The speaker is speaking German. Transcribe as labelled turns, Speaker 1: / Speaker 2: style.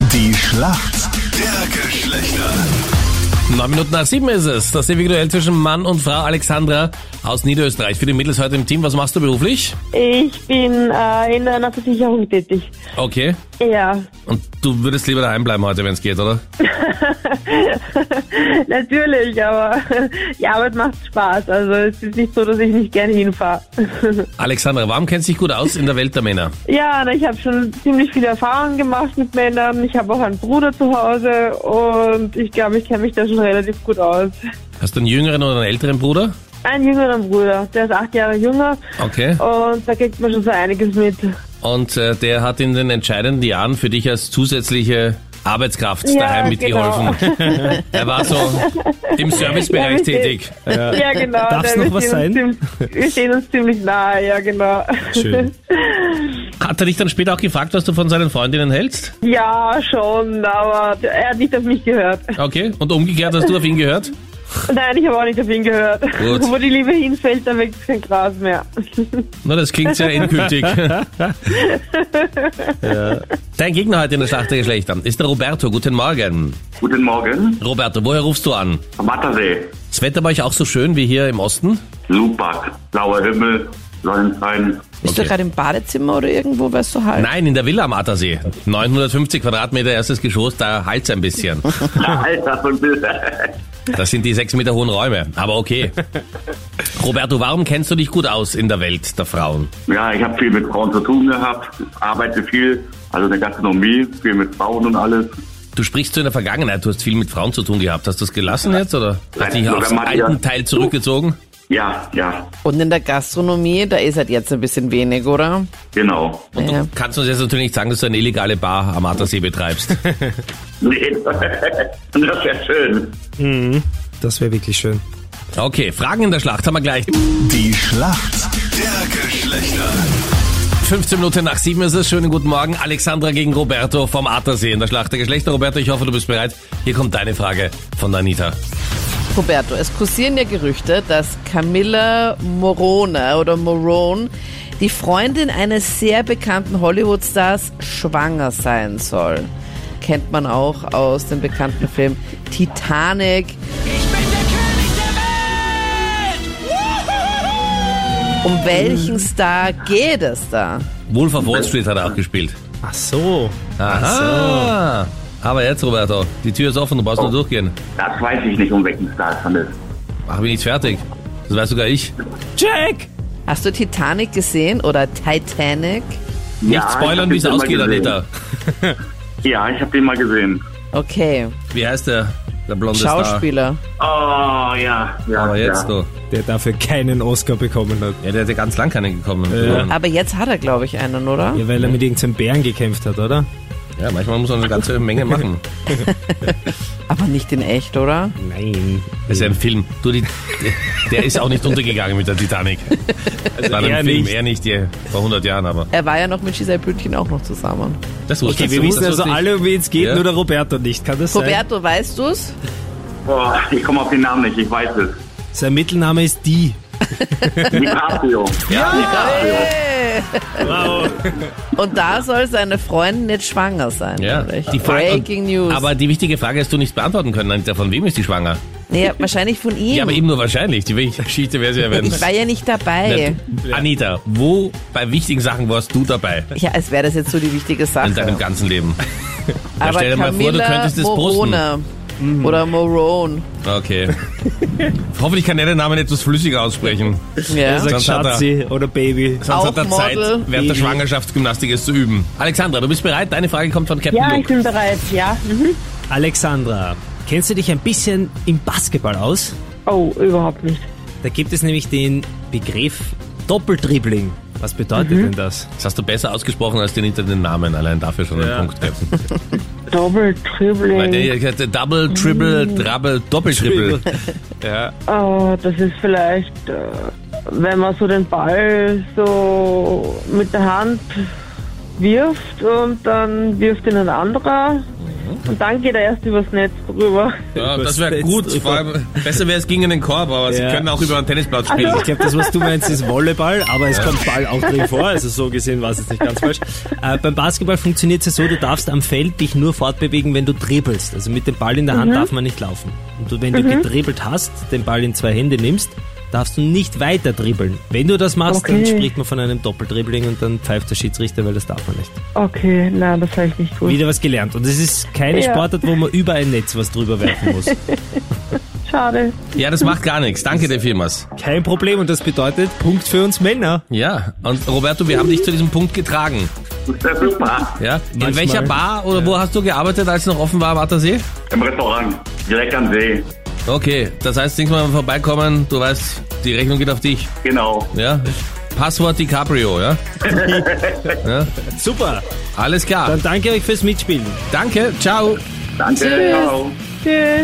Speaker 1: Die Schlacht der Geschlechter.
Speaker 2: Neun Minuten nach sieben ist es. Das ewige Duell zwischen Mann und Frau Alexandra aus Niederösterreich. Für die Mädels heute im Team. Was machst du beruflich?
Speaker 3: Ich bin äh, in einer Versicherung tätig.
Speaker 2: Okay.
Speaker 3: Ja,
Speaker 2: Und du würdest lieber daheim bleiben heute, wenn es geht, oder?
Speaker 3: natürlich, aber die Arbeit macht Spaß. Also es ist nicht so, dass ich nicht gerne hinfahre.
Speaker 2: Alexandra, warum kennst du dich gut aus in der Welt der Männer?
Speaker 3: ja, na, ich habe schon ziemlich viele Erfahrungen gemacht mit Männern. Ich habe auch einen Bruder zu Hause und ich glaube, ich kenne mich da schon relativ gut aus.
Speaker 2: Hast du einen jüngeren oder einen älteren Bruder?
Speaker 3: Einen jüngeren Bruder, der ist acht Jahre jünger
Speaker 2: Okay.
Speaker 3: und da kriegt man schon so einiges mit.
Speaker 2: Und äh, der hat in den entscheidenden Jahren für dich als zusätzliche Arbeitskraft
Speaker 3: Ja,
Speaker 2: daheim
Speaker 3: genau.
Speaker 2: mitgeholfen. er war so im Servicebereich
Speaker 3: Ja, richtig.
Speaker 2: tätig.
Speaker 3: Ja, genau.
Speaker 4: Darf's
Speaker 3: da
Speaker 4: noch
Speaker 3: wir
Speaker 4: was
Speaker 3: stehen uns Ziemlich, wir stehen uns ziemlich nahe, ja genau.
Speaker 4: Schön.
Speaker 2: Hat er dich dann später auch gefragt, was du von seinen Freundinnen hältst?
Speaker 3: Ja, schon, aber er hat nicht auf mich gehört.
Speaker 2: Okay. Und umgekehrt hast du auf ihn gehört?
Speaker 3: Nein, ich habe auch nicht auf ihn gehört.
Speaker 2: Gut.
Speaker 3: Wo die Liebe hinfällt, da wächst kein Gras mehr.
Speaker 2: Na, das klingt sehr endgültig. Dein Gegner heute in der Schlacht der Geschlechter ist der Roberto. Guten Morgen.
Speaker 5: Guten Morgen,
Speaker 2: Roberto, woher rufst du an?
Speaker 5: am Attersee.
Speaker 2: Das Wetter bei euch auch so schön wie hier im Osten?
Speaker 5: Super, blauer Himmel, Sonnenschein.
Speaker 6: Bist
Speaker 2: Okay.
Speaker 6: du gerade im Badezimmer oder irgendwo, weißt du halt?
Speaker 2: Nein, in der Villa am Attersee. 950 Quadratmeter, erstes Geschoss, da halt's ein bisschen.
Speaker 5: Na, Alter von
Speaker 2: Das sind die sechs Meter hohen Räume, aber okay. Roberto, warum kennst du dich gut aus in der Welt der Frauen?
Speaker 5: Ja, ich habe viel mit Frauen zu tun gehabt, arbeite viel, also in der Gastronomie, viel mit Frauen und alles.
Speaker 2: Du sprichst zu in der Vergangenheit, du hast viel mit Frauen zu tun gehabt. Hast du es gelassen jetzt oder hast du dich
Speaker 5: Nein,
Speaker 2: aufs
Speaker 5: sogar mal, ja.
Speaker 2: alten Teil zurückgezogen?
Speaker 5: Ja, ja,
Speaker 6: Und in der Gastronomie, da ist halt jetzt ein bisschen wenig, oder?
Speaker 5: genau.
Speaker 2: Und
Speaker 6: Ja.
Speaker 2: du kannst uns jetzt natürlich nicht sagen, dass du eine illegale Bar am Attersee betreibst.
Speaker 5: Nee, das wäre schön.
Speaker 4: Das wäre wirklich schön.
Speaker 2: Okay, Fragen in der Schlacht haben wir gleich.
Speaker 1: Die Schlacht der Geschlechter.
Speaker 2: 15 Minuten nach 7 ist es. Schönen guten Morgen. Alexandra gegen Roberto vom Attersee in der Schlacht der Geschlechter. Roberto, ich hoffe, du bist bereit. Hier kommt deine Frage von Anita.
Speaker 6: Roberto, es kursieren ja Gerüchte, dass Camilla Morone oder Morone die Freundin eines sehr bekannten Hollywood-Stars schwanger sein soll. Kennt man auch aus dem bekannten Film Titanic.
Speaker 7: Ich bin der König der Welt!
Speaker 6: Um
Speaker 2: Mhm.
Speaker 6: welchen Star geht es da?
Speaker 2: Wolf of Wall Street hat er auch gespielt.
Speaker 4: Ach so.
Speaker 2: Aha. Aber jetzt, Roberto, die Tür ist offen, du brauchst
Speaker 5: Oh.
Speaker 2: nur durchgehen.
Speaker 5: Das weiß ich nicht, um welchen Star es handelt.
Speaker 2: Ach, bin ich fertig. Das weiß sogar ich. Check!
Speaker 6: Hast du Titanic gesehen oder Titanic?
Speaker 5: Ja,
Speaker 2: Nicht
Speaker 5: ich hab
Speaker 2: spoilern,
Speaker 5: den
Speaker 2: wie es
Speaker 5: mal
Speaker 2: ausgeht,
Speaker 5: gesehen.
Speaker 2: Anita.
Speaker 5: Ja, ich habe den mal gesehen.
Speaker 6: Okay,
Speaker 2: Wie heißt der? Der blonde
Speaker 6: Schauspieler.
Speaker 5: Oh, ja, ja.
Speaker 2: Star. Aber jetzt,
Speaker 5: ja.
Speaker 2: du.
Speaker 4: Der dafür keinen Oscar bekommen hat.
Speaker 2: Ja, der hat ja ganz lang keine gekommen.
Speaker 6: Aber jetzt hat er, glaube ich, einen, oder?
Speaker 4: Ja, weil er mit irgendeinem Bären gekämpft hat, oder?
Speaker 2: Ja, manchmal muss man eine ganze Menge machen.
Speaker 6: Aber nicht in echt, oder?
Speaker 4: Nein.
Speaker 2: Das ist ja ein Film. Du, die, der ist auch nicht untergegangen mit der Titanic. Das war
Speaker 4: eher
Speaker 2: ein Film,
Speaker 4: Also nicht.
Speaker 2: eher nicht die, vor 100 Jahren, aber
Speaker 6: Er war ja noch mit Giselle Bündchen auch noch zusammen.
Speaker 2: das wusste
Speaker 4: Okay, wir
Speaker 2: ich
Speaker 4: wissen also alle, um wen es geht,
Speaker 2: Ja.
Speaker 4: nur der Roberto nicht. Kann das
Speaker 6: Roberto, weißt du's?
Speaker 5: Boah, ich komme auf den Namen nicht, ich weiß es.
Speaker 4: sein? Sein Mittelname ist Die.
Speaker 5: DiCaprio.
Speaker 6: Hey! Und da soll seine Freundin jetzt schwanger sein.
Speaker 2: Ja,
Speaker 6: nämlich.
Speaker 2: die Frage-
Speaker 6: Breaking News.
Speaker 2: Aber die wichtige Frage hast du nicht beantworten können, Anita. Von wem ist die schwanger?
Speaker 6: naja, wahrscheinlich von ihm.
Speaker 2: Ja, aber eben nur wahrscheinlich. Die wichtige Geschichte wäre sie ja, wenn...
Speaker 6: ich war ja nicht dabei.
Speaker 2: Ja. Anita, wo bei wichtigen Sachen warst du dabei
Speaker 6: Ja, als wäre das jetzt so die wichtige
Speaker 2: in deinem
Speaker 6: Sache.
Speaker 2: ganzen Leben?
Speaker 6: Aber
Speaker 2: stell dir mal vor, du
Speaker 6: Camilla
Speaker 2: könntest es
Speaker 6: Morone oder Morone.
Speaker 2: Okay. Hoffentlich kann er den Namen etwas flüssiger aussprechen.
Speaker 6: Ja.
Speaker 4: Er sagt
Speaker 2: Sonst hat er-
Speaker 4: Also Schatzi oder Baby.
Speaker 2: Sonst
Speaker 6: Auch
Speaker 2: hat er Zeit,
Speaker 6: Model.
Speaker 2: während der Schwangerschaftsgymnastik es zu üben. Alexandra, du bist bereit? Deine Frage kommt von Captain
Speaker 3: Ja, ich
Speaker 2: Luke.
Speaker 3: bin bereit, ja. Mhm.
Speaker 4: Alexandra, kennst du dich ein bisschen im Basketball aus?
Speaker 3: Oh, überhaupt nicht.
Speaker 4: Da gibt es nämlich den Begriff Doppeltribbling. Was bedeutet denn das?
Speaker 2: Das hast du besser ausgesprochen als den hinter den Namen. Allein dafür schon
Speaker 4: Ja.
Speaker 2: einen Punkt, Captain.
Speaker 3: Double
Speaker 2: Weil
Speaker 3: Dribbling.
Speaker 2: der hier hatte Double, Triple,
Speaker 4: Hm.
Speaker 2: Double, Doppeltriple. ja.
Speaker 3: Oh, das ist vielleicht, äh, wenn man so den Ball so mit der Hand wirft und dann wirft ihn ein anderer.
Speaker 2: Mhm.
Speaker 3: Und dann geht er erst übers Netz drüber.
Speaker 2: Ja, das wäre
Speaker 4: Überspitzt
Speaker 2: gut.
Speaker 4: drüber.
Speaker 2: Vor allem, besser wäre es gegen den Korb, aber sie
Speaker 4: Ja.
Speaker 2: können auch über einen Tennisplatz spielen.
Speaker 4: Ich glaube, das, was du meinst, ist Volleyball, aber es kommt Ball auch drin vor, also so gesehen war es jetzt nicht ganz falsch. Äh, beim Basketball funktioniert es ja so, du darfst am Feld dich nur fortbewegen, wenn du dribbelst. Also mit dem Ball in der
Speaker 3: Mhm.
Speaker 4: Hand darf man nicht laufen. Und du, wenn du gedribbelt hast, den Ball in zwei Hände nimmst, darfst du nicht weiter dribbeln. Wenn du das machst, dann
Speaker 3: Okay.
Speaker 4: spricht man von einem Doppeldribbling und dann pfeift der Schiedsrichter, weil das darf man nicht.
Speaker 3: Okay, na, das habe ich nicht gut.
Speaker 4: Wieder was gelernt. Und es ist keine
Speaker 3: Ja.
Speaker 4: Sportart, wo man über ein Netz was drüber werfen muss.
Speaker 3: Schade.
Speaker 4: Also-
Speaker 2: Ja, das macht gar nichts. Danke dir vielmals.
Speaker 4: Kein Problem und das bedeutet Punkt für uns Männer.
Speaker 2: Ja, und Roberto, wir haben dich zu diesem Punkt getragen.
Speaker 5: Das ist super.
Speaker 2: Ja? In
Speaker 4: Manchmal.
Speaker 2: welcher Bar oder wo hast du gearbeitet, als noch offen war am Attersee?
Speaker 5: Im Restaurant, direkt am See.
Speaker 2: Okay, das heißt, nächstes Mal wenn wir vorbeikommen, du weißt, die Rechnung geht auf dich.
Speaker 5: Genau.
Speaker 2: Ja? Passwort DiCaprio, ja?
Speaker 4: Super,
Speaker 2: Alles klar.
Speaker 4: dann danke euch fürs Mitspielen.
Speaker 2: Danke, ciao.
Speaker 5: Danke. Ciao.
Speaker 3: Tschüss.